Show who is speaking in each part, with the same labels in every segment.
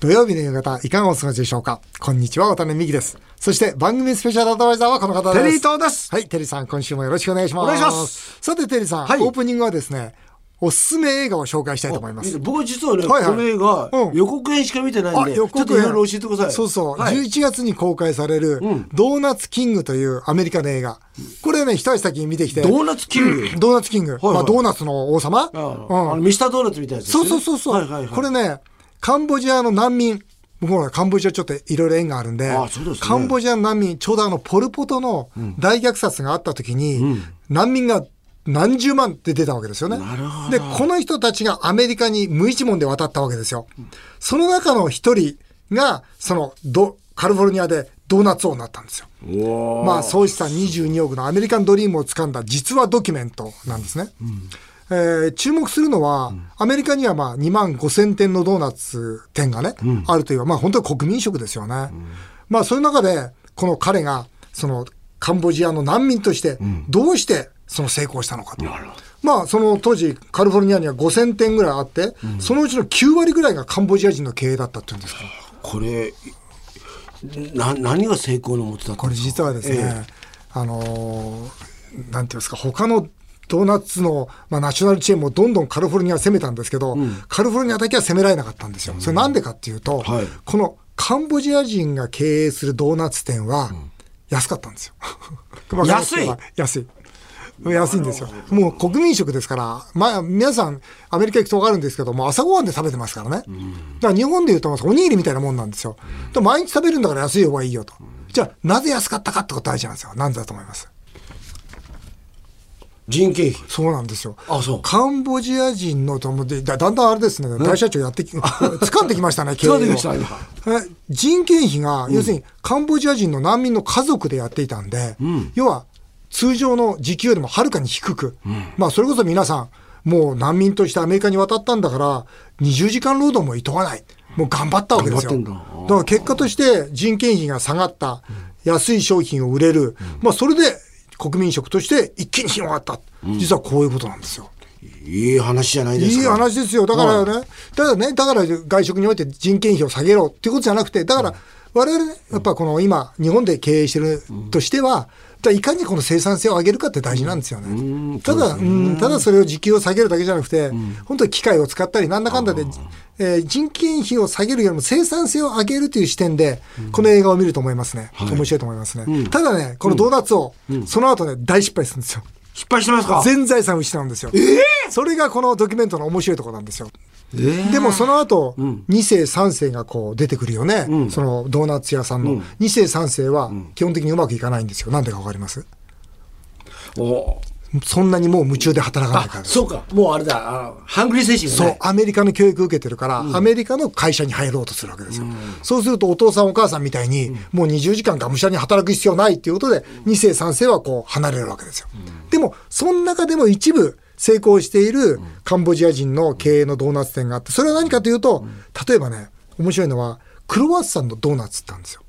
Speaker 1: 土曜日の夕方、いかがお過ごしでしょうかこんにちは、渡辺美希です。そして、番組スペシャルアドバイザーはこの方です。
Speaker 2: テリー東です
Speaker 1: はい、テリーさん、今週もよろしくお願いします。
Speaker 2: お願いします。
Speaker 1: さて、テリーさん、
Speaker 2: はい
Speaker 1: オープニングはですね、おすすめ映画を紹介したいと思います。
Speaker 2: 僕実はね、
Speaker 1: はいはい
Speaker 2: この映画、
Speaker 1: うん
Speaker 2: 予告編しか見てないんで、ちょっ
Speaker 1: 予告
Speaker 2: といろいろ教えてください。
Speaker 1: そうそう、
Speaker 2: はい
Speaker 1: 11月に公開される、ドーナツキングというアメリカの映画。これね、一足先に見てきて、
Speaker 2: ド
Speaker 1: ド
Speaker 2: ーナツキング。
Speaker 1: ーナツキング、
Speaker 2: い
Speaker 1: まあ、ドーナツの王様、
Speaker 2: あの
Speaker 1: うん
Speaker 2: あのミスタードーナツみたいなやつです
Speaker 1: そ
Speaker 2: ね、
Speaker 1: うそうそうそう、
Speaker 2: はいはいはい。
Speaker 1: これね、カンボジアの難民、僕もほらカンボジアちょっといろいろ縁があるんで
Speaker 2: あそうですね
Speaker 1: カンボジアの難民、ちょうどあのポル・ポトの大虐殺があった時に、難民が何十万って出たわけですよね
Speaker 2: なるほ。ど
Speaker 1: で、この人たちがアメリカに無一文で渡ったわけですよ。その中の一人が、そのド、カリフォルニアでドーナツ王になったんですよ。
Speaker 2: おー
Speaker 1: まあ、総資産22億のアメリカンドリームをつかんだ実話ドキュメントなんですね。えー注目するのは、アメリカにはまあ2万5千点のドーナツ店がね、あるという、まあ本当に国民食ですよね。まあそういう中で、この彼が、そのカンボジアの難民として、どうしてその成功したのかと。まあその当時、カリフォルニアには5000店ぐらいあって、そのうちの9割ぐらいがカンボジア人の経営だったっていうんですから。
Speaker 2: これ、な、何が成功のもとだった
Speaker 1: こ
Speaker 2: ん
Speaker 1: れ
Speaker 2: ですか
Speaker 1: 実はですね、
Speaker 2: え
Speaker 1: あのーなんていうんですか、他のドーナツの、まあ、ナショナルチェーンもどんどんカリフォルニア攻めたんですけど、カリフォルニアだけは攻められなかったんですよ。それなんでかっていうと、
Speaker 2: はい
Speaker 1: このカンボジア人が経営するドーナツ店は、安かったんですよ。 わかります
Speaker 2: 安い
Speaker 1: 安い。安いんですよ。もう国民食ですから、まあ、皆さん、アメリカ行くと分かるんですけども、朝ごはんで食べてますからね。だから日本でいうと、おにぎりみたいなもんなんですよ。だから毎日食べるんだから安い方がいいよと。じゃあ、なぜ安かったかってこと大事なんですよ。なんでだと思います。
Speaker 2: 人件費。
Speaker 1: そうなんですよ。
Speaker 2: あそう
Speaker 1: カンボジア人のともでだだんだんあれですね、大社長やってき、 掴んできましたね、経営を
Speaker 2: 掴んできました今
Speaker 1: え人件費が、要するにカンボジア人の難民の家族でやっていたんで、要は通常の時給よりもはるかに低く、まあそれこそ皆さん、もう難民としてアメリカに渡ったんだから、20時間労働もいとわない。もう頑張ったわけですよ。
Speaker 2: 頑張ってんだ
Speaker 1: だから結果として人件費が下がった、安い商品を売れる、まあそれで国民食として一気に広がった。実はこういうことなんですよ。
Speaker 2: いい話じゃないですか。
Speaker 1: いい話ですよ。だからね、ただね、だから外食において人件費を下げろっていうことじゃなくて、だから、我々ね、やっぱこの今、日本で経営してるとしては、だからいかにこの生産性を上げるかって大事なんですよね。ただ、うんただそれを時給を下げるだけじゃなくて、本当に機械を使ったり、なんだかんだで、えー人件費を下げるよりも生産性を上げるという視点で、この映画を見ると思いますね。面白いと思いますね。ただね、このドーナツを、その後ね、大失敗するんですよ。
Speaker 2: 失敗してますか
Speaker 1: 全財産を失うんですよ。それがこのドキュメントの面白いところなんですよ。
Speaker 2: えー
Speaker 1: でもその後、2世3世がこう出てくるよね、そのドーナツ屋さんの、2世3世は基本的にうまくいかないんですよなんでかわかります
Speaker 2: お
Speaker 1: そんなにもう夢中で働かないか
Speaker 2: あ
Speaker 1: ら、です
Speaker 2: そうか。もうあれだ、あのハングリー精神が
Speaker 1: そ
Speaker 2: ね
Speaker 1: うアメリカの教育を受けてるから、アメリカの会社に入ろうとするわけですよ、そうするとお父さんお母さんみたいに、もう20時間がむしゃらに働く必要ないっていうことで、2世3世はこう離れるわけですよ、でもその中でも一部成功しているカンボジア人の経営のドーナツ店があってそれは何かというと、例えばね面白いのはクロワッサンのドーナツってあるんですよ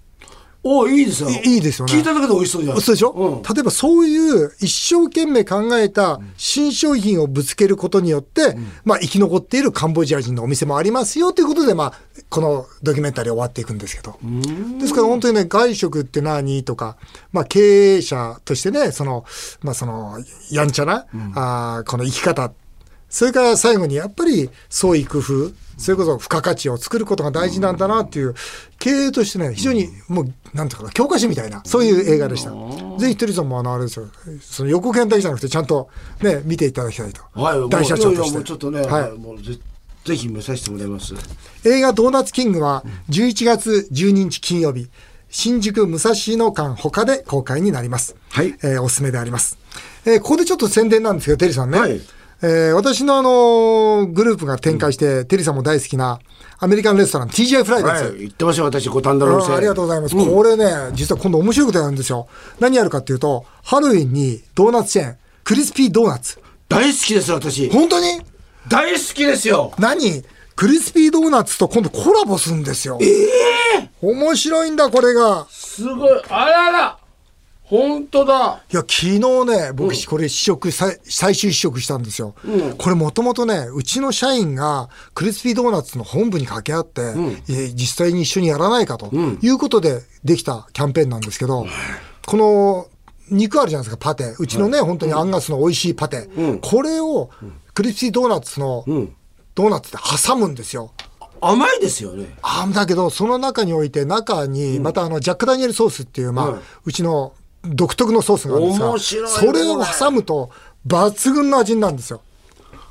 Speaker 2: おいいですよ。
Speaker 1: いいいですよね
Speaker 2: 聞いただけで美味しそうじゃない
Speaker 1: そうでしょ、
Speaker 2: うん
Speaker 1: 例えばそういう一生懸命考えた新商品をぶつけることによって、まあ生き残っているカンボジア人のお店もありますよということで、まあこのドキュメンタリー終わっていくんですけど。ですから本当にね、外食って何とか、まあ経営者としてね、その、まあその、やんちゃな、あーこの生き方それから最後にやっぱり創意工夫、それこそ付加価値を作ることが大事なんだなっていう、経営としてね、非常にもう、なんていうかな、教科書みたいな、そういう映画でした。ぜひ、テリーさんもあの、あれですよ、その予告編だけじゃなくて、ちゃんとね、見ていただきたいと。
Speaker 2: はい、
Speaker 1: 大社長
Speaker 2: もうい
Speaker 1: と
Speaker 2: やいや
Speaker 1: し
Speaker 2: もう
Speaker 1: て。
Speaker 2: ちょっとね、
Speaker 1: はい
Speaker 2: もうぜぜひ見させてもらいます。
Speaker 1: 映画「ドーナツキング」は11月12日金曜日新宿武蔵野館他で公開になります、
Speaker 2: はい
Speaker 1: えーおすすめであります、えーここでちょっと宣伝なんですけどテリーさんね、
Speaker 2: はい
Speaker 1: えー私の、あのーグループが展開して、テリーさんも大好きなアメリカンレストラン TJ フライデーズ、
Speaker 2: はい、言ってましたよ私、五反田のお
Speaker 1: う
Speaker 2: 店。
Speaker 1: んありがとうございます。これね、実は今度面白いことやるんですよ。何やるかっていうと、ハロウィンにドーナツチェーン、クリスピードーナツ。
Speaker 2: 大好きです、私。
Speaker 1: 本当に
Speaker 2: 大好きですよ。
Speaker 1: 何クリスピードーナツと今度コラボするんですよ。面白いんだ、これが。
Speaker 2: すごい。あらら。本当だ。
Speaker 1: いや、昨日ね、僕、これ試食、最最終試食したんですよ。これもともとね、うちの社員が、クリスピードーナツの本部に掛け合って、えー実際に一緒にやらないかと、いうことでできたキャンペーンなんですけど、この、肉あるじゃないですか、パテ。うちのね、本当にアンガスの美味しいパテ。これを、クリスピードーナツの、ドーナツで挟むんですよ。
Speaker 2: 甘いですよね。
Speaker 1: あだけど、その中において、中に、またあの、ジャック・ダニエルソースっていう、まあ、うちの独特のソースがあるんです
Speaker 2: 面
Speaker 1: が、
Speaker 2: 白いね
Speaker 1: それを挟むと、抜群の味になるんですよ。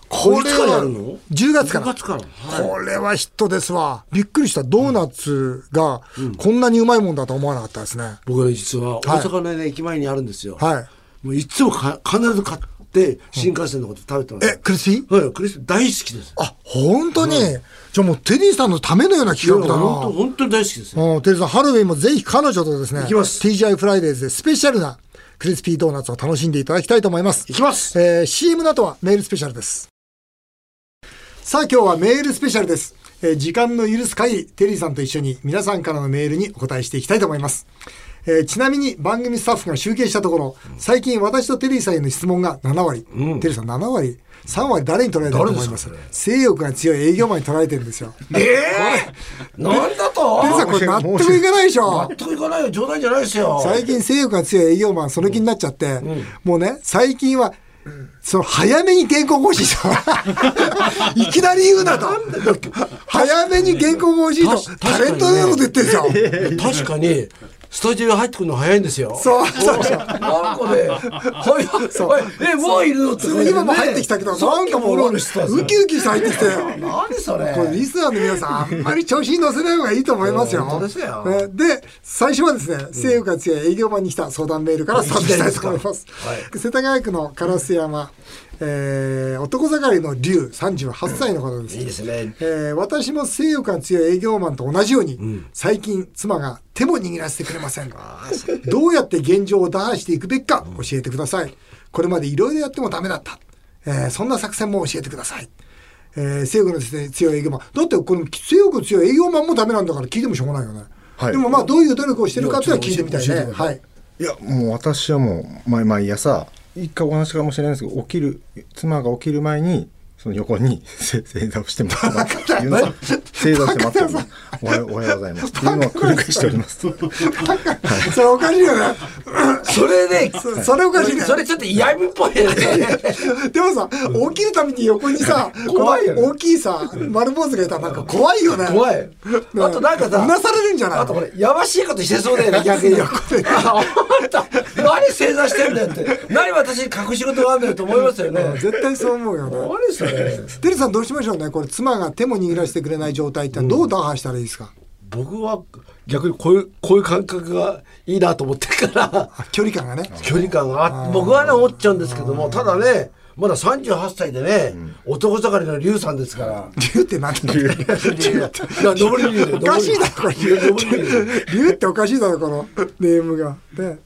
Speaker 1: こ
Speaker 2: いつからやるの
Speaker 1: ?10 月から。
Speaker 2: 10月からはい
Speaker 1: これはヒットですわ。びっくりした。ドーナツが、こんなにうまいもんだと思わなかったですね。
Speaker 2: 僕は実は大阪の、ね駅前にあるんですよ。
Speaker 1: はい。
Speaker 2: もういつもか必ず買って新幹線のこと食べてます。
Speaker 1: え、クリスピー
Speaker 2: はい、クリス大好きです。
Speaker 1: あ、本当に、じゃあもうテリーさんのためのような企画だな。
Speaker 2: 本当本当に大好きですね。
Speaker 1: うん、テリーさん、ハロウィンもぜひ彼女とですね、
Speaker 2: きます
Speaker 1: TGI フライデーズでスペシャルなクリスピードーナツを楽しんでいただきたいと思います。
Speaker 2: いきます
Speaker 1: えー CM の後はメールスペシャルです。さあ、今日はメールスペシャルです。えー時間の許す限り、テリーさんと一緒に皆さんからのメールにお答えしていきたいと思います。えーちなみに番組スタッフが集計したところ、最近私とテリーさんへの質問が7割。テリーさん7割 ?3 割誰に取られてると思います
Speaker 2: 誰で
Speaker 1: 性欲が強い営業マンに取られてるんですよ。
Speaker 2: ええなんだと
Speaker 1: テリーさんこれ納得いかないでしょ
Speaker 2: 納得いかないよ。冗談じゃないですよ。
Speaker 1: 最近性欲が強い営業マンその気になっちゃって、もうね最近はその早めに原稿更新した いきなり言うなと早めに原稿更新と
Speaker 2: 確かに
Speaker 1: タ
Speaker 2: ね
Speaker 1: レントのようなこと言ってるんですよ
Speaker 2: 確かに、スタジオに入ってくるの早いんですよ。
Speaker 1: そうそうそう
Speaker 2: なんか ね、はい、はい、え、もういるのって、
Speaker 1: 今も入ってきたけど、
Speaker 2: さ
Speaker 1: な
Speaker 2: っ
Speaker 1: ん
Speaker 2: き
Speaker 1: かも
Speaker 2: も
Speaker 1: う
Speaker 2: うろうろしてたんです
Speaker 1: ウ
Speaker 2: よ
Speaker 1: キウキして入ってきて
Speaker 2: 何それ
Speaker 1: これリスナーの皆さんあんまり調子に乗せない方がいいと思いますよ。
Speaker 2: 本当ですよ
Speaker 1: ねで最初はですね西武が強い営業マンに来た相談メールからスタートしたいと思います。世田谷区の烏山、えー男盛りの龍38歳の方です。
Speaker 2: いいですね。
Speaker 1: えー私も性欲が強い営業マンと同じように、最近妻が手も握らせてくれませんどうやって現状を打破していくべきか教えてくださいこれまでいろいろやってもダメだった、えーそんな作戦も教えてください、えー性欲の強い営業マンだってこの性欲の強い営業マンもダメなんだから聞いてもしょうがないよね、
Speaker 3: はい
Speaker 1: でもまあどういう努力をしてるかっていうのは聞いてみたい
Speaker 2: いや
Speaker 1: ね
Speaker 2: ちょっと教
Speaker 1: はい
Speaker 3: いやもう私はもう毎毎朝一回お話かもしれないですけど起きる妻が起きる前にその横にせ正座をしてますっていうのを正座をして待ってますおはようおはようございますっていうのを繰り返しております
Speaker 1: それおかしい よね
Speaker 2: それね、
Speaker 1: そそれおかしいね
Speaker 2: それちょっと嫌味っぽいよね。
Speaker 1: でもさ、起きるために横にさ、
Speaker 2: 怖いよね
Speaker 1: この大きいさ、丸坊主がいたらなんか 怖いよね。
Speaker 2: 怖い。あとなんかさ、
Speaker 1: うなされるんじゃない
Speaker 2: あとこれ、やましいことしてそうだよね、逆に。 ああんた、何正座してんだよって。何私に隠し事があるんだよと思いますよね。
Speaker 1: 絶対そう思うよね。
Speaker 2: 何それ。
Speaker 1: てるさんどうしましょうね。これ妻が手も握らせてくれない状態ってどう打破したらいいですか。
Speaker 2: 僕は逆にこういう、こういう感覚がいいなと思ってるから、
Speaker 1: あ距離感がね。
Speaker 2: 距離感があ、僕はね、思っちゃうんですけども、ただね、まだ38歳でね、男盛りの龍さんですから。
Speaker 1: 竜ってなんだっけ。
Speaker 2: いや上り龍で
Speaker 1: おかしいだろこれ
Speaker 2: 上り龍で
Speaker 1: 竜っておかしいだろこのネームが。で、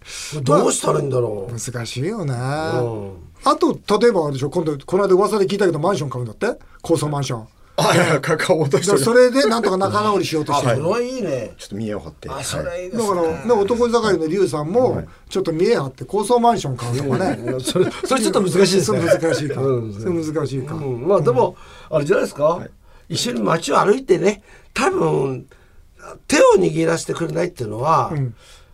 Speaker 2: どうしたらいいんだろう。
Speaker 1: 難しいよね。
Speaker 2: うん
Speaker 1: あと例えばあれでしょ。今度この間噂で聞いたけどマンション買うんだって。高層マンショ ン。
Speaker 3: あいやカカオ落として
Speaker 1: だ
Speaker 3: お
Speaker 1: から
Speaker 3: りま
Speaker 1: それでなんとか仲直りしようと
Speaker 2: あ、
Speaker 1: し
Speaker 2: そ
Speaker 1: てる。
Speaker 2: れはいいね。
Speaker 3: すちょっと見栄を張って
Speaker 2: あ、それいいで
Speaker 1: だ
Speaker 2: す
Speaker 1: か
Speaker 2: ね。
Speaker 1: ら、ね、男盛りの龍さんも、ちょっと見え張って高層マンション買うとか ね。
Speaker 2: それ、それちょっと難しいです
Speaker 1: そ
Speaker 2: ね。
Speaker 1: れ難しいか。
Speaker 2: うん
Speaker 1: それ難しいか。
Speaker 2: うん、まあでも、あれじゃないですか、一緒に街を歩いてね多分手を握らせてくれないっていうのは、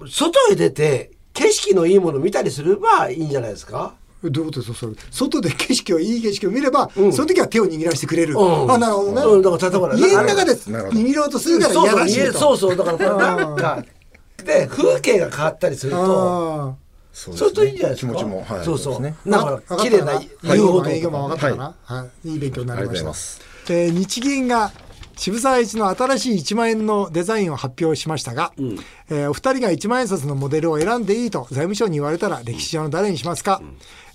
Speaker 2: 外へ出て景色のいいもの見たりすればいいんじゃないですか
Speaker 1: どういうことですかそれ。外で景色を、いい景色を見れば、その時は手を握らせてくれる。
Speaker 2: うん
Speaker 1: あ、なるほ
Speaker 2: うん
Speaker 1: ど
Speaker 2: だ
Speaker 1: ね。
Speaker 2: から例えばね
Speaker 1: 家の中で
Speaker 3: なるほど
Speaker 1: 握ろうとするから
Speaker 2: そう
Speaker 1: や
Speaker 2: そう
Speaker 1: らし
Speaker 2: 家
Speaker 1: いと。
Speaker 2: そうそうだからなんかで風景が変わったりすると
Speaker 1: あ
Speaker 3: す
Speaker 2: そうするといいんじゃないですか
Speaker 3: 気持ちもはい
Speaker 2: そうそう
Speaker 3: ですね
Speaker 1: あ。
Speaker 2: だから綺麗な遊歩
Speaker 1: 営業マン
Speaker 2: 道
Speaker 1: 分かったかな、はい、いい勉強になり
Speaker 3: ありがとう
Speaker 1: ま
Speaker 3: ござ
Speaker 1: し
Speaker 3: い
Speaker 1: た
Speaker 3: ます。
Speaker 1: えー日銀が渋沢栄一の新しい1万円のデザインを発表しましたが、えーお二人が1万円札のモデルを選んでいいと財務省に言われたら歴史上の誰にしますか、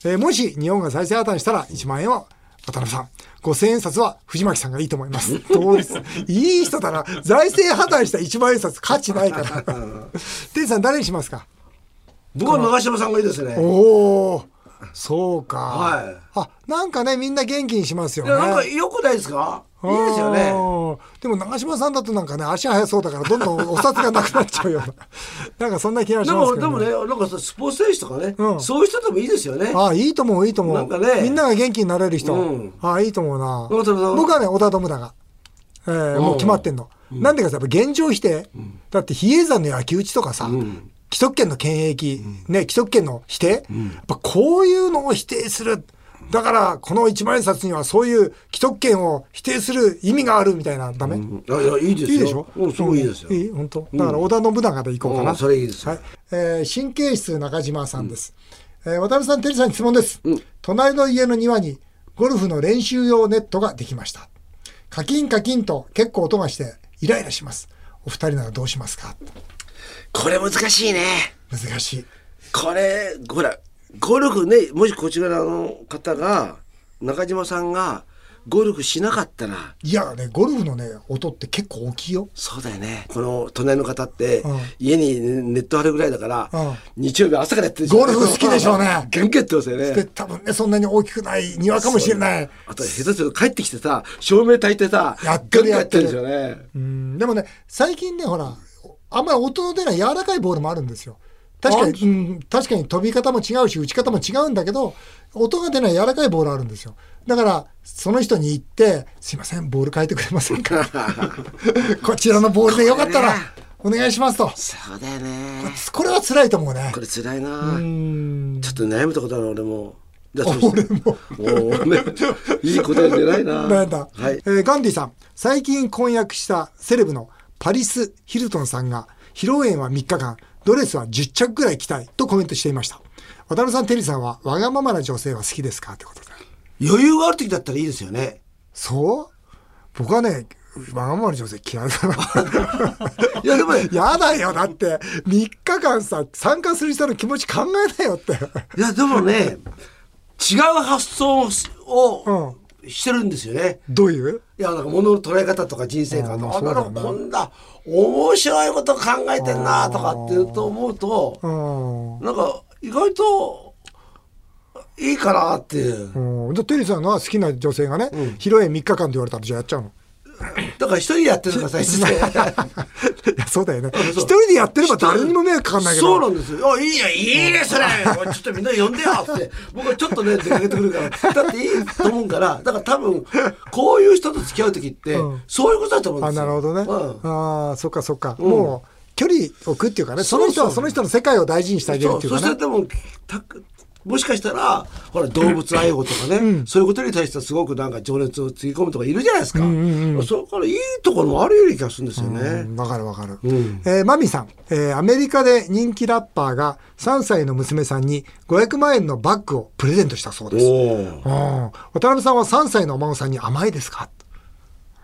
Speaker 1: えーもし日本が再生破綻したら1万円は渡辺さん5000円札は藤巻さんがいいと思います。どうですいい人だな。財政破綻した1万円札価値ないから。天さん誰にしますか
Speaker 2: 僕は長嶋さんがいいですね
Speaker 1: おお、そうか。
Speaker 2: はい
Speaker 1: あ、なんかね、みんな元気にしますよ
Speaker 2: い
Speaker 1: ね。
Speaker 2: やなんか良くないですかいいですよね
Speaker 1: あーでも長嶋さんだとなんかね足速そうだからどんどんお札がなくなっちゃうような なんかそんな気がし
Speaker 2: で
Speaker 1: ま
Speaker 2: も
Speaker 1: すけ
Speaker 2: で
Speaker 1: ど、
Speaker 2: もねなんかそうスポーツ選手とかね、
Speaker 1: うん
Speaker 2: そういう人でもいいですよね
Speaker 1: ああいいと思ういいと思う
Speaker 2: なんかね
Speaker 1: みんなが元気になれる人、
Speaker 2: うん
Speaker 1: ああいいと思うな
Speaker 2: 小田さんは
Speaker 1: 僕はね織田信長、えーもう決まってんの、なんでかさやっぱ現状否定、だって比叡山の焼き討ちとかさ、
Speaker 2: ん
Speaker 1: 既得権の権益、ね既得権の否定、やっぱこういうのを否定するだからこの一万円札にはそういう既得権を否定する意味があるみたいなダメ、
Speaker 2: うんあいやいいですよ
Speaker 1: いいでしょ
Speaker 2: うんすごいいいですよ、
Speaker 1: いい本当。だから織田信長でいこうか
Speaker 2: う
Speaker 1: な。
Speaker 2: んそれいいですよ
Speaker 1: はい。えー神経質中島さんです。えー渡辺さん、テリーさんに質問です。隣の家の庭にゴルフの練習用ネットができました。カキンカキンと結構音がしてイライラします。お二人ならどうしますか
Speaker 2: これ難しいね
Speaker 1: 難しい。
Speaker 2: これほらゴルフねもしこちらの方が中島さんがゴルフしなかったら
Speaker 1: いやね、ゴルフのね、音って結構大きいよ。
Speaker 2: そうだよねこの隣の方って、
Speaker 1: うん
Speaker 2: 家にネット張るぐらいだから、
Speaker 1: うん
Speaker 2: 日曜日朝からやってるじゃん
Speaker 1: ゴルフ好きでしょうね
Speaker 2: ガンガンやってますよね
Speaker 1: で、多分ね、そんなに大きくない庭かもしれない。
Speaker 2: あと下手すると帰ってきてさ照明焚いてさ
Speaker 1: や
Speaker 2: ガ
Speaker 1: っ
Speaker 2: ン
Speaker 1: て
Speaker 2: ガ
Speaker 1: る
Speaker 2: ンやってるんですよね
Speaker 1: うんでもね、最近ね、ほら、あんまり音の出ない柔らかいボールもあるんですよ。確かに、うん、確かに飛び方も違うし、打ち方も違うんだけど、音が出ない柔らかいボールあるんですよ。だから、その人に行って、すいません、ボール変えてくれませんかこちらのボールでよかったら、お願いしますと。
Speaker 2: そうだよね
Speaker 1: これは辛いと思うね
Speaker 2: こ。れ辛いな
Speaker 1: うん。
Speaker 2: ちょっと悩むとこだな俺もじゃあ
Speaker 1: 俺 も。
Speaker 2: おーね、いい答え出ないな
Speaker 1: なんだ、
Speaker 2: はい
Speaker 1: えーガンディさん最近婚約したセレブのパリス・ヒルトンさんが披露宴は3日間ドレスは10着ぐらい着たいとコメントしていました渡辺さんテリーさんはわがままな女性は好きですかってことで
Speaker 2: 余裕がある時だったらいいですよね
Speaker 1: そう僕はねわがままな女性嫌いだな
Speaker 2: いやでもね
Speaker 1: やだよだって3日間さ参加する人の気持ち考えなよって
Speaker 2: いやでもね違う発想をしを
Speaker 1: う
Speaker 2: してるんですよね、
Speaker 1: どういう
Speaker 2: いやなんか物の捉え方とか人生観とか
Speaker 1: あーまあ
Speaker 2: あなる
Speaker 1: そう
Speaker 2: ほ
Speaker 1: だ
Speaker 2: ど
Speaker 1: よな
Speaker 2: こんな面白いこと考えてんなとかっていうと思うと
Speaker 1: うん
Speaker 2: なんか意外といいかなっていう
Speaker 1: うんじゃあテリーさんのは好きな女性がね、披露宴3日間って言われたらじゃあやっちゃうの
Speaker 2: だから一人でやってるのが最初 で
Speaker 1: いやそうだよね
Speaker 2: そう
Speaker 1: 一人でやってれば誰にも迷惑かかんないけど
Speaker 2: そうなんですよ「あいいやいいねそれおいちょっとみんな呼んでよ」って僕はちょっとね出かけてくるからだっていいと思うからだから多分こういう人と付き合う時って、
Speaker 1: うん
Speaker 2: そういうことだと思うん
Speaker 1: あ
Speaker 2: ですよ
Speaker 1: なるほどね、
Speaker 2: うん
Speaker 1: ああそっかそっか、
Speaker 2: ん
Speaker 1: もう距離を置くっていうかねそ
Speaker 2: そうそ
Speaker 1: の
Speaker 2: う
Speaker 1: 人はその人の世界を大事にしてあげるっていう
Speaker 2: そうそ
Speaker 1: かね
Speaker 2: してでもたもしかしたらほら動物愛護とかね、そういうことに対してはすごくなんか情熱をつぎ込むとかいるじゃないですか、それからいいところもあるような気がするんですよね、
Speaker 1: うんわかるわかる、
Speaker 2: ん
Speaker 1: えーマミさん、えーアメリカで人気ラッパーが3歳の娘さんに500万円のバッグをプレゼントしたそうです
Speaker 2: おー
Speaker 1: うん渡辺さんは3歳のお孫さんに甘いですか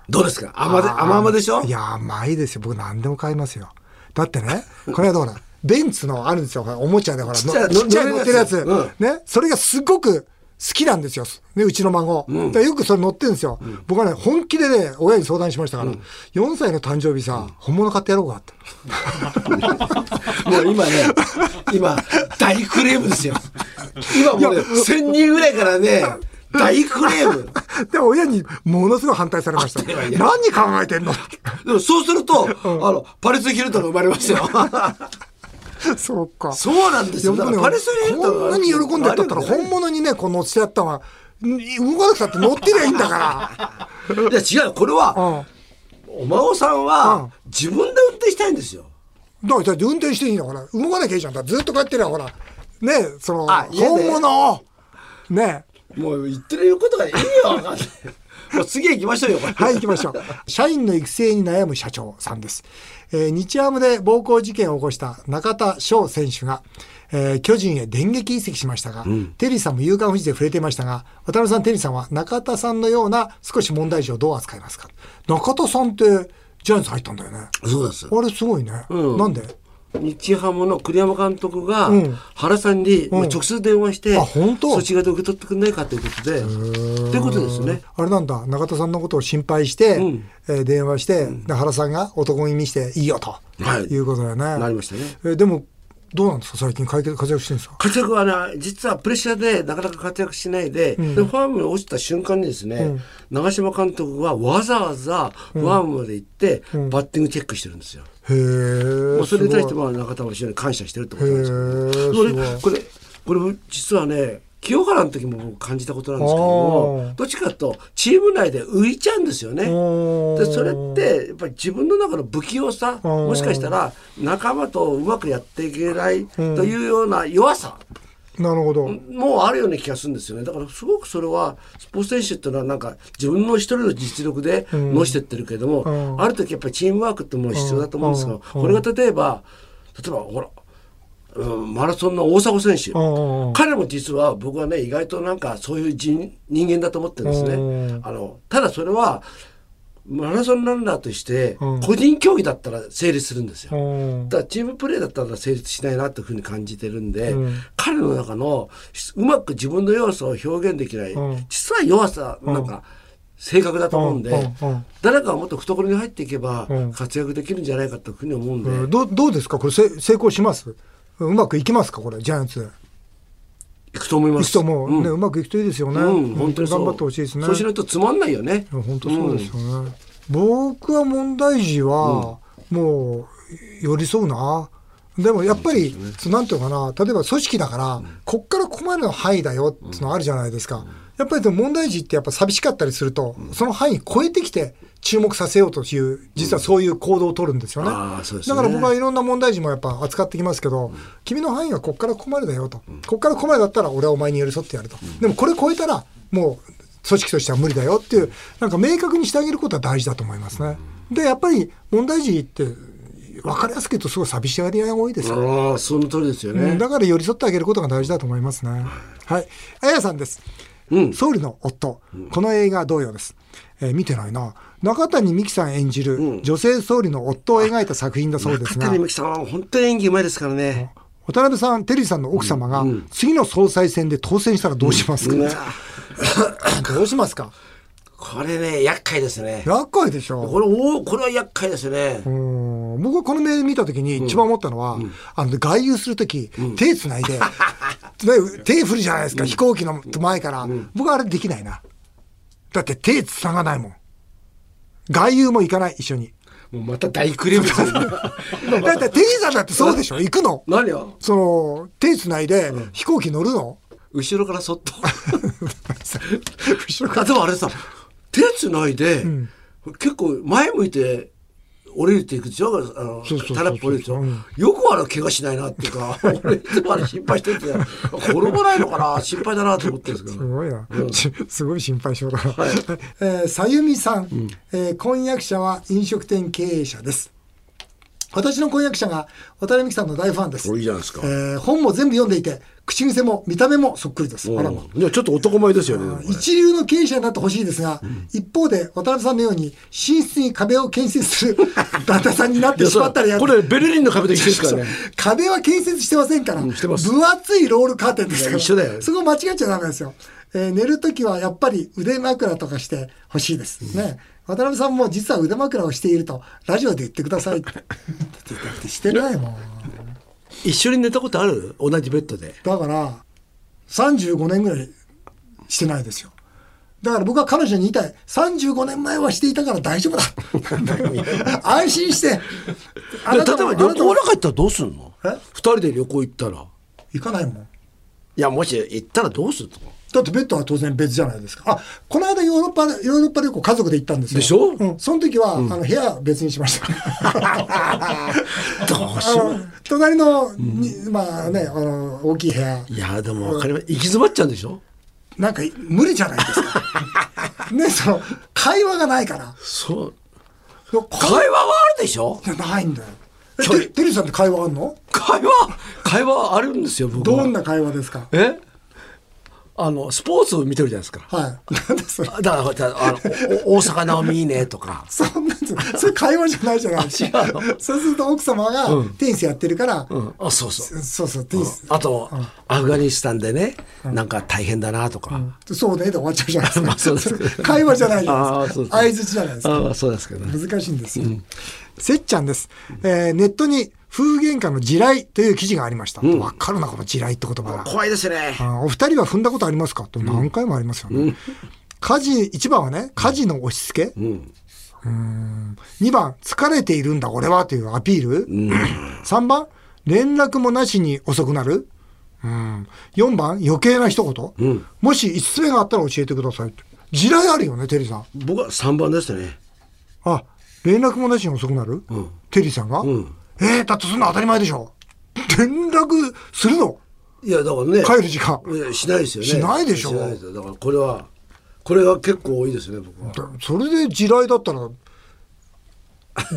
Speaker 2: どうですか甘で甘々でしょ
Speaker 1: いや甘いですよ僕何でも買いますよだってね この間ほらベンツのあるんですよほらおもちゃでほら
Speaker 2: ちっちゃい
Speaker 1: のちっちゃい乗
Speaker 2: 乗
Speaker 1: っ
Speaker 2: れ
Speaker 1: て
Speaker 2: る
Speaker 1: るや
Speaker 2: や
Speaker 1: つ
Speaker 2: つ
Speaker 1: ねそれがすごく好きなんですよ、ね、うちの孫、だからよくそれ乗ってるんですよ、僕はね本気でね親に相談しましたから、4歳の誕生日さ、本物買ってやろうかって
Speaker 2: もう今ね、今、大クレームですよ。今もうね、1000人ぐらいからね、大クレーム。
Speaker 1: でも親にものすごい反対されました
Speaker 2: あいや
Speaker 1: 何考えてんの って
Speaker 2: でもそうすると、あの、パレス・ヒルトンが生まれましたよ。
Speaker 1: そうか
Speaker 2: そうなんですよ。
Speaker 1: いや
Speaker 2: だ
Speaker 1: 僕
Speaker 2: か
Speaker 1: ね
Speaker 2: らパレス・ヒルトン
Speaker 1: こんなに喜んでやったったら
Speaker 2: ほ
Speaker 1: 本物にねこの乗せてやったのは動かなくたって乗ってりゃいいんだか
Speaker 2: いや、違うよ。これは、
Speaker 1: ら、うん
Speaker 2: お孫さん
Speaker 1: うん
Speaker 2: は、自分で運転したいんですよ。
Speaker 1: だから運転していいのほら動かなきゃいいじゃんだからずっとこうやってりゃほらねえその
Speaker 2: あ家で
Speaker 1: 本物をねえ
Speaker 2: もう言ってることがいいよ、わかんない もう次行きましょうよ、これ
Speaker 1: はい行きましょう 社員の育成に悩む社長さんです、えー日ハムで暴行事件を起こした中田翔選手が、えー巨人へ電撃移籍しましたが、テリーさんも「夕刊フジ」で触れていましたが渡辺さんテリーさんは中田さんのような少し問題児をどう扱いますか中田さんってジャイアンツ入ったんだよね
Speaker 2: そうです。
Speaker 1: あれすごいね、
Speaker 2: うん
Speaker 1: なんで
Speaker 2: 日ハムの栗山監督が
Speaker 1: ん
Speaker 2: 原さんに
Speaker 1: ん
Speaker 2: まあ直接電話して、
Speaker 1: あ本当
Speaker 2: そっち側で受け取ってくれないかということでっていうことですね
Speaker 1: あれなんだ中田さんのことを心配して、
Speaker 2: うん
Speaker 1: えー電話して、で原さんが男気見していいよと、
Speaker 2: はい
Speaker 1: い、うことだよね。
Speaker 2: なりましたね
Speaker 1: えーでもどうなんですか最近活躍活躍してるんですか
Speaker 2: 活躍はね、実はプレッシャーでなかなか活躍しないで、でファームに落ちた瞬間にですね、長嶋監督はわざわざファームまで行って、バッティングチェックしてるんですよ。
Speaker 1: へえ
Speaker 2: もうそれに対してまあ中田は非常に感謝してるってことなんです
Speaker 1: へー
Speaker 2: けど、俺これこれ実はね清原の時も僕感じたことなんですけど
Speaker 1: あ
Speaker 2: も
Speaker 1: ー
Speaker 2: どっちかというとチーム内で浮いちゃうんですよね。
Speaker 1: おー
Speaker 2: でそれってやっぱり自分の中の不器用さ
Speaker 1: ー
Speaker 2: もしかしたら仲間とうまくやっていけないというような弱さ
Speaker 1: なるほど、
Speaker 2: もうあるような気がするんですよねだからすごくそれはスポーツ選手っていうのはなんか自分の一人の実力でのしてってるけれども、
Speaker 1: うん
Speaker 2: ある時やっぱりチームワークってものが必要だと思うんですが、これが例えば例えばほら、うん、マラソンの大迫選手、
Speaker 1: うん
Speaker 2: 彼も実は僕はね意外となんかそういう人人間だと思ってるんですね。
Speaker 1: うん
Speaker 2: あのただそれはマラソンランナーとして
Speaker 1: うん
Speaker 2: 個人競技だったら成立するんですよ。
Speaker 1: うん
Speaker 2: ただチームプレーだったら成立しないなというふうに感じてるんで、
Speaker 1: うん
Speaker 2: 彼の中のうまく自分の要素を表現できない、
Speaker 1: うん
Speaker 2: 実は弱さなんか性格だと思うんで、
Speaker 1: うんうん
Speaker 2: 誰かがもっと懐に入っていけば
Speaker 1: うん
Speaker 2: 活躍できるんじゃないかというふうに思うんで、
Speaker 1: うんどどうですかこれせ成功しますうまくいきますかこれジャイアンツ
Speaker 2: いくと思いま
Speaker 1: い
Speaker 2: す。
Speaker 1: くともうね、
Speaker 2: ん
Speaker 1: うまくいくといいですよね、
Speaker 2: うん本当にそう
Speaker 1: 頑張ってほしいですね
Speaker 2: そうしないとつまんないよね。
Speaker 1: いや本当そうですよね、僕は問題児はもう寄り添うなでもやっぱり、そうなんていうのかな例えば組織だから、こっからここまでの範囲だよっていうのあるじゃないですか、やっぱりでも問題児ってやっぱ寂しかったりすると、その範囲超えてきて注目させようという実はそういう行動を取るんですよね,、
Speaker 2: ああそうです
Speaker 1: だ
Speaker 2: ね
Speaker 1: から僕はいろんな問題児もやっぱ扱ってきますけど、君の範囲はこっからここまでだよと、こっからここまでだったら俺はお前に寄り添ってやると、でもこれ超えたらもう組織としては無理だよっていうなんか明確にしてあげることは大事だと思いますね。でやっぱり問題児って分かりやすく言うとすごい寂しがり屋が多いですよ。
Speaker 2: ああその通りですよね。
Speaker 1: うんだから寄り添ってあげることが大事だと思いますね。はい。あやさんです。
Speaker 2: うん
Speaker 1: 総理の夫。この映画同様です。えー見てないな。中谷美紀さん演じる女性総理の夫を描いた作品だそうですが、
Speaker 2: 中谷美紀さんは本当に演技うまいですからね。
Speaker 1: 渡辺さん、テリーさんの奥様が次の総裁選で当選したらどうしますか、
Speaker 2: うわ
Speaker 1: どうしますか
Speaker 2: これね厄介ですね。
Speaker 1: 厄介でしょ。
Speaker 2: これおこれは厄介ですね。
Speaker 1: うん僕はこのメール見た時に一番思ったのは、あの外遊する時、手つないで ね手振るじゃないですか、飛行機の前から、僕はあれできないなだって手つながないもん外遊も行かない一緒 に
Speaker 2: もうまた大クリームです
Speaker 1: だってテリーさんだってそうでしょ行くの
Speaker 2: 何よ
Speaker 1: その手つないで飛行機乗るの、
Speaker 2: 後ろからそっと
Speaker 1: 後ろか
Speaker 2: あでもあれさ手つないで、結構前向いて降りていくでしょあの
Speaker 1: そうそうそう
Speaker 2: タラップ降りるでしょ、
Speaker 1: うん
Speaker 2: よくあれ怪我しないなっていうか 俺いつもあれ心配してて転ばないのかな心配だなと思ってるんですけ
Speaker 1: す
Speaker 2: ど
Speaker 1: ごいな、しすごい心配性だな、えーさゆみさん、えー婚約者は飲食店経営者です私の婚約者が渡辺美樹さんの大ファンです
Speaker 4: おいいじゃないですか
Speaker 1: えー本も全部読んでいて口癖も見た目もそっくりですあらま
Speaker 4: いやちょっと男前ですよねでもこれ
Speaker 1: 一流の経営者になってほしいですが、一方で渡辺さんのように寝室に壁を建設する 旦那さんになってしまったりや
Speaker 4: これベルリンの壁と一緒ですからね
Speaker 1: 壁は建設してませんから、
Speaker 4: してます
Speaker 1: 分厚いロールカーテンですから
Speaker 4: いや一緒だよ
Speaker 1: そこ間違っちゃダメですよ、えー寝るときはやっぱり腕枕とかしてほしいです、ね渡辺さんも実は腕枕をしているとラジオで言ってくださいって だってしてないもん
Speaker 2: 一緒に寝たことある同じベッドで
Speaker 1: だから35年ぐらいしてないですよだから僕は彼女に言いたい35年前はしていたから大丈夫だ 安心してあ
Speaker 2: 例
Speaker 1: な
Speaker 2: えば
Speaker 1: たもあな
Speaker 2: 旅行な
Speaker 1: た
Speaker 2: ん
Speaker 1: も
Speaker 2: か行ったらどうすんの
Speaker 1: え
Speaker 2: 二人で旅行行ったらい
Speaker 1: 行かないもん
Speaker 2: やもし行ったらどうするの
Speaker 1: だってベッドは当然別じゃないですか。あ、この間ヨーロッパ、ヨーロッパ旅行家族で行ったんですよ。
Speaker 2: でしょ
Speaker 1: うん。その時は、あの、部屋別にしま した。
Speaker 2: どうし
Speaker 1: あ
Speaker 2: よう
Speaker 1: の、隣のに、まあね、あの、大きい部屋、
Speaker 2: いやでも分かります行き詰まっちゃうんでしょ
Speaker 1: なんか無理じゃないです か。ね、その、会話がないから。
Speaker 2: そう
Speaker 1: こ
Speaker 2: 会話はあるでしょ
Speaker 1: じゃないんだよ。え
Speaker 2: ちょい
Speaker 1: てテリーさんって会話あんの
Speaker 2: 会話会話あるんですよ僕は
Speaker 1: どんな会話ですか
Speaker 2: えあのスポーツを見てるじゃないですか
Speaker 1: はい。なんでそれ。
Speaker 2: だからだからあのおお大阪なおみいいねとか
Speaker 1: そんなの、それ会話じゃないじゃないですか。そうすると奥様がテニスやってるから、
Speaker 2: あそうそう
Speaker 1: そうそう、テニス。
Speaker 2: あとアフガニスタンでねなんか大変だなとか、
Speaker 1: そうねで終わっちゃうじゃないですか。
Speaker 2: まあそうですけど
Speaker 1: 会話じゃないじゃない
Speaker 2: あ
Speaker 1: で
Speaker 2: ー
Speaker 1: す
Speaker 2: そうです
Speaker 1: か。相づちじゃないですか。
Speaker 2: あそうですけどね
Speaker 1: 難しいんですよ。せっちゃんです。えーネットに風喧嘩の地雷という記事がありました。わ、かるな、この地雷って言葉が。
Speaker 4: 怖いですね。
Speaker 1: あお二人は踏んだことありますかって何回もありますよね。家事、一番はね、家事の押し付け。
Speaker 4: うん。
Speaker 1: 2番、疲れているんだ俺はというアピール。3番、連絡もなしに遅くなる。うん、4番、余計な一言。もし5つ目があったら教えてくださいって。地雷あるよね、テリーさん。
Speaker 4: 僕は三番でしたね。
Speaker 1: あ、連絡もなしに遅くなる、テリーさんが、
Speaker 4: ん
Speaker 1: えー、だってそんな当たり前でしょ。連絡するの
Speaker 2: いやだからね
Speaker 1: 帰る時間。
Speaker 2: いやしないですよね
Speaker 1: しないでしょ
Speaker 2: ないですよだからこれはこれが結構多いですね僕は
Speaker 1: それで地雷だったら、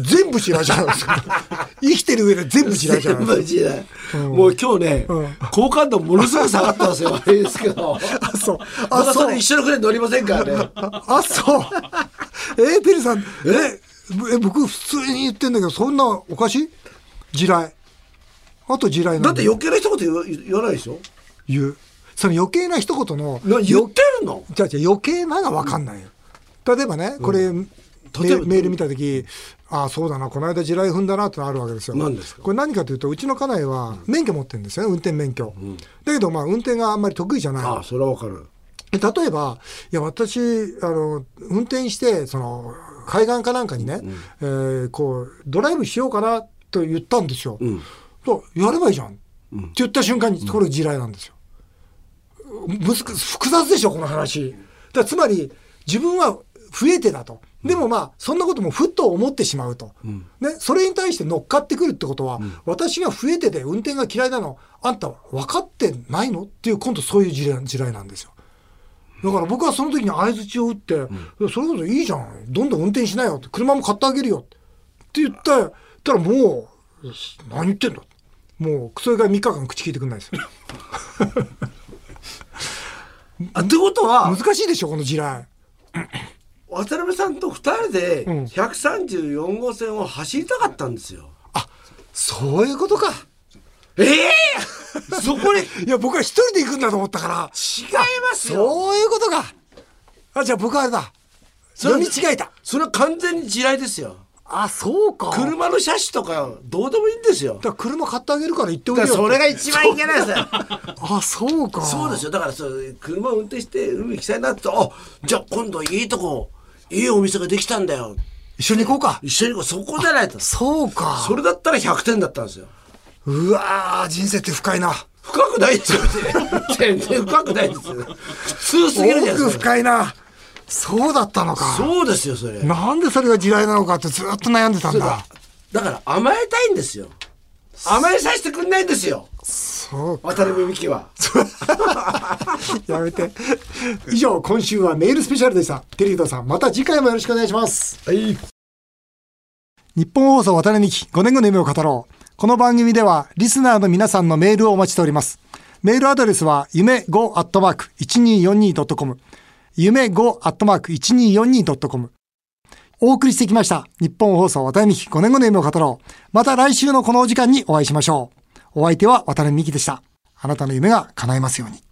Speaker 1: 全部地雷じゃないです か。生きてる上で全部地雷じゃ ないですか。
Speaker 2: 全部地雷もう今日ね、
Speaker 1: うん
Speaker 2: 好感度ものすごく下がったんですよ悪いですけど
Speaker 1: あ、 そう。
Speaker 2: ま
Speaker 1: あ、
Speaker 2: だ
Speaker 1: そ
Speaker 2: そうれ。一緒の船乗りませんからね
Speaker 1: あ、そう。えー、テリーさん、 え、ぶえ僕普通に言ってんだけど、そんなおかしい地雷。あと地雷
Speaker 2: だ
Speaker 1: なん
Speaker 2: って余計な一言言わ言わないでしょ
Speaker 1: 言う。その余計な一言の、
Speaker 2: な言ってるの
Speaker 1: じゃあじゃあ余計なが分かんないよ。例えばね、これ、メ
Speaker 2: 例えば
Speaker 1: メール見たとき、ああ、そうだな、この間地雷踏んだなってのあるわけですよ。
Speaker 2: 何ですか
Speaker 1: これ何かというと、うちの家内は免許持ってるんですよね、運転免許。だけど、まあ、運転があんまり得意じゃない。
Speaker 2: ああそれはわかる
Speaker 1: で例えば、いや、私、あの、運転して、その、海岸かなんかにね、えーこう、ドライブしようかなと言ったんですよ。とやればいいじゃん。って言った瞬間に、これ地雷なんですよ。むずく複雑でしょ、この話。だからつまり、自分は増えてだと。でもまあ、そんなこともふっと思ってしまうと。ね、それに対して乗っかってくるってことは、私が増えてで運転が嫌いなの、あんたは分かってないのっていう、今度そういう地雷地雷なんですよ。だから僕はその時に相づちを打って、それこそいいじゃん。どんどん運転しなよって。車も買ってあげるよ。って言ったら、たらもう、何言ってんだ。もう、それから3日間口聞いてくんないです よ。
Speaker 2: あってことは
Speaker 1: 難しいでしょ、この地雷。
Speaker 2: 渡辺さんと二人で
Speaker 1: ん
Speaker 2: 134号線を走りたかったんですよ、
Speaker 1: そういうことか。
Speaker 2: ええそこ に違い
Speaker 1: いや、僕は一人で行くんだと思ったから。
Speaker 2: ますよ
Speaker 1: そういうことか。あ、じゃあ僕はあれだ。
Speaker 2: れ
Speaker 1: 読み違えた。
Speaker 2: それは完全に地雷ですよ
Speaker 1: あ、そうか。車。だか
Speaker 2: 車の車種とかどうでもいいんですよ
Speaker 1: ら車買ってあげるから行っておい
Speaker 2: だ
Speaker 1: で
Speaker 2: から
Speaker 1: よ。
Speaker 2: それが一番いけないですよ
Speaker 1: あ、そうか。
Speaker 2: そうです
Speaker 1: よ。
Speaker 2: よだからそう車を運転して海行きたいなってあじゃあ今度いいとこいいお店ができたんだよ
Speaker 1: 一緒に行こうか。
Speaker 2: 一緒に行こうそこじゃないとそ
Speaker 1: そうか。
Speaker 2: れだったら100点だったんですよ
Speaker 1: うわー、人生って深いな。
Speaker 2: 深くないですよ全然深くないですよ普通すぎるじゃないです
Speaker 1: 奥
Speaker 2: か
Speaker 1: 深いな。そうだったのか。
Speaker 2: そうですよそれ
Speaker 1: なんでそれが地雷なのかってずっと悩んでたんだ。
Speaker 2: だから甘えたいんですよ甘えさせてくんないんですよ
Speaker 1: そう。
Speaker 2: 渡辺美樹は
Speaker 1: やめて。以上、今週はメールスペシャルでした。テリーさん、また次回もよろしくお願いします。
Speaker 2: はい
Speaker 1: 日本放送渡辺美希5年後の夢を語ろう。この番組ではリスナーの皆さんのメールをお待ちしております。メールアドレスは夢 5-1242.com 夢 5-1242.com お送りしてきました。日本放送渡辺美希5年後の夢を語ろう。また来週のこのお時間にお会いしましょう。お相手は渡辺美希でした。あなたの夢が叶いますように。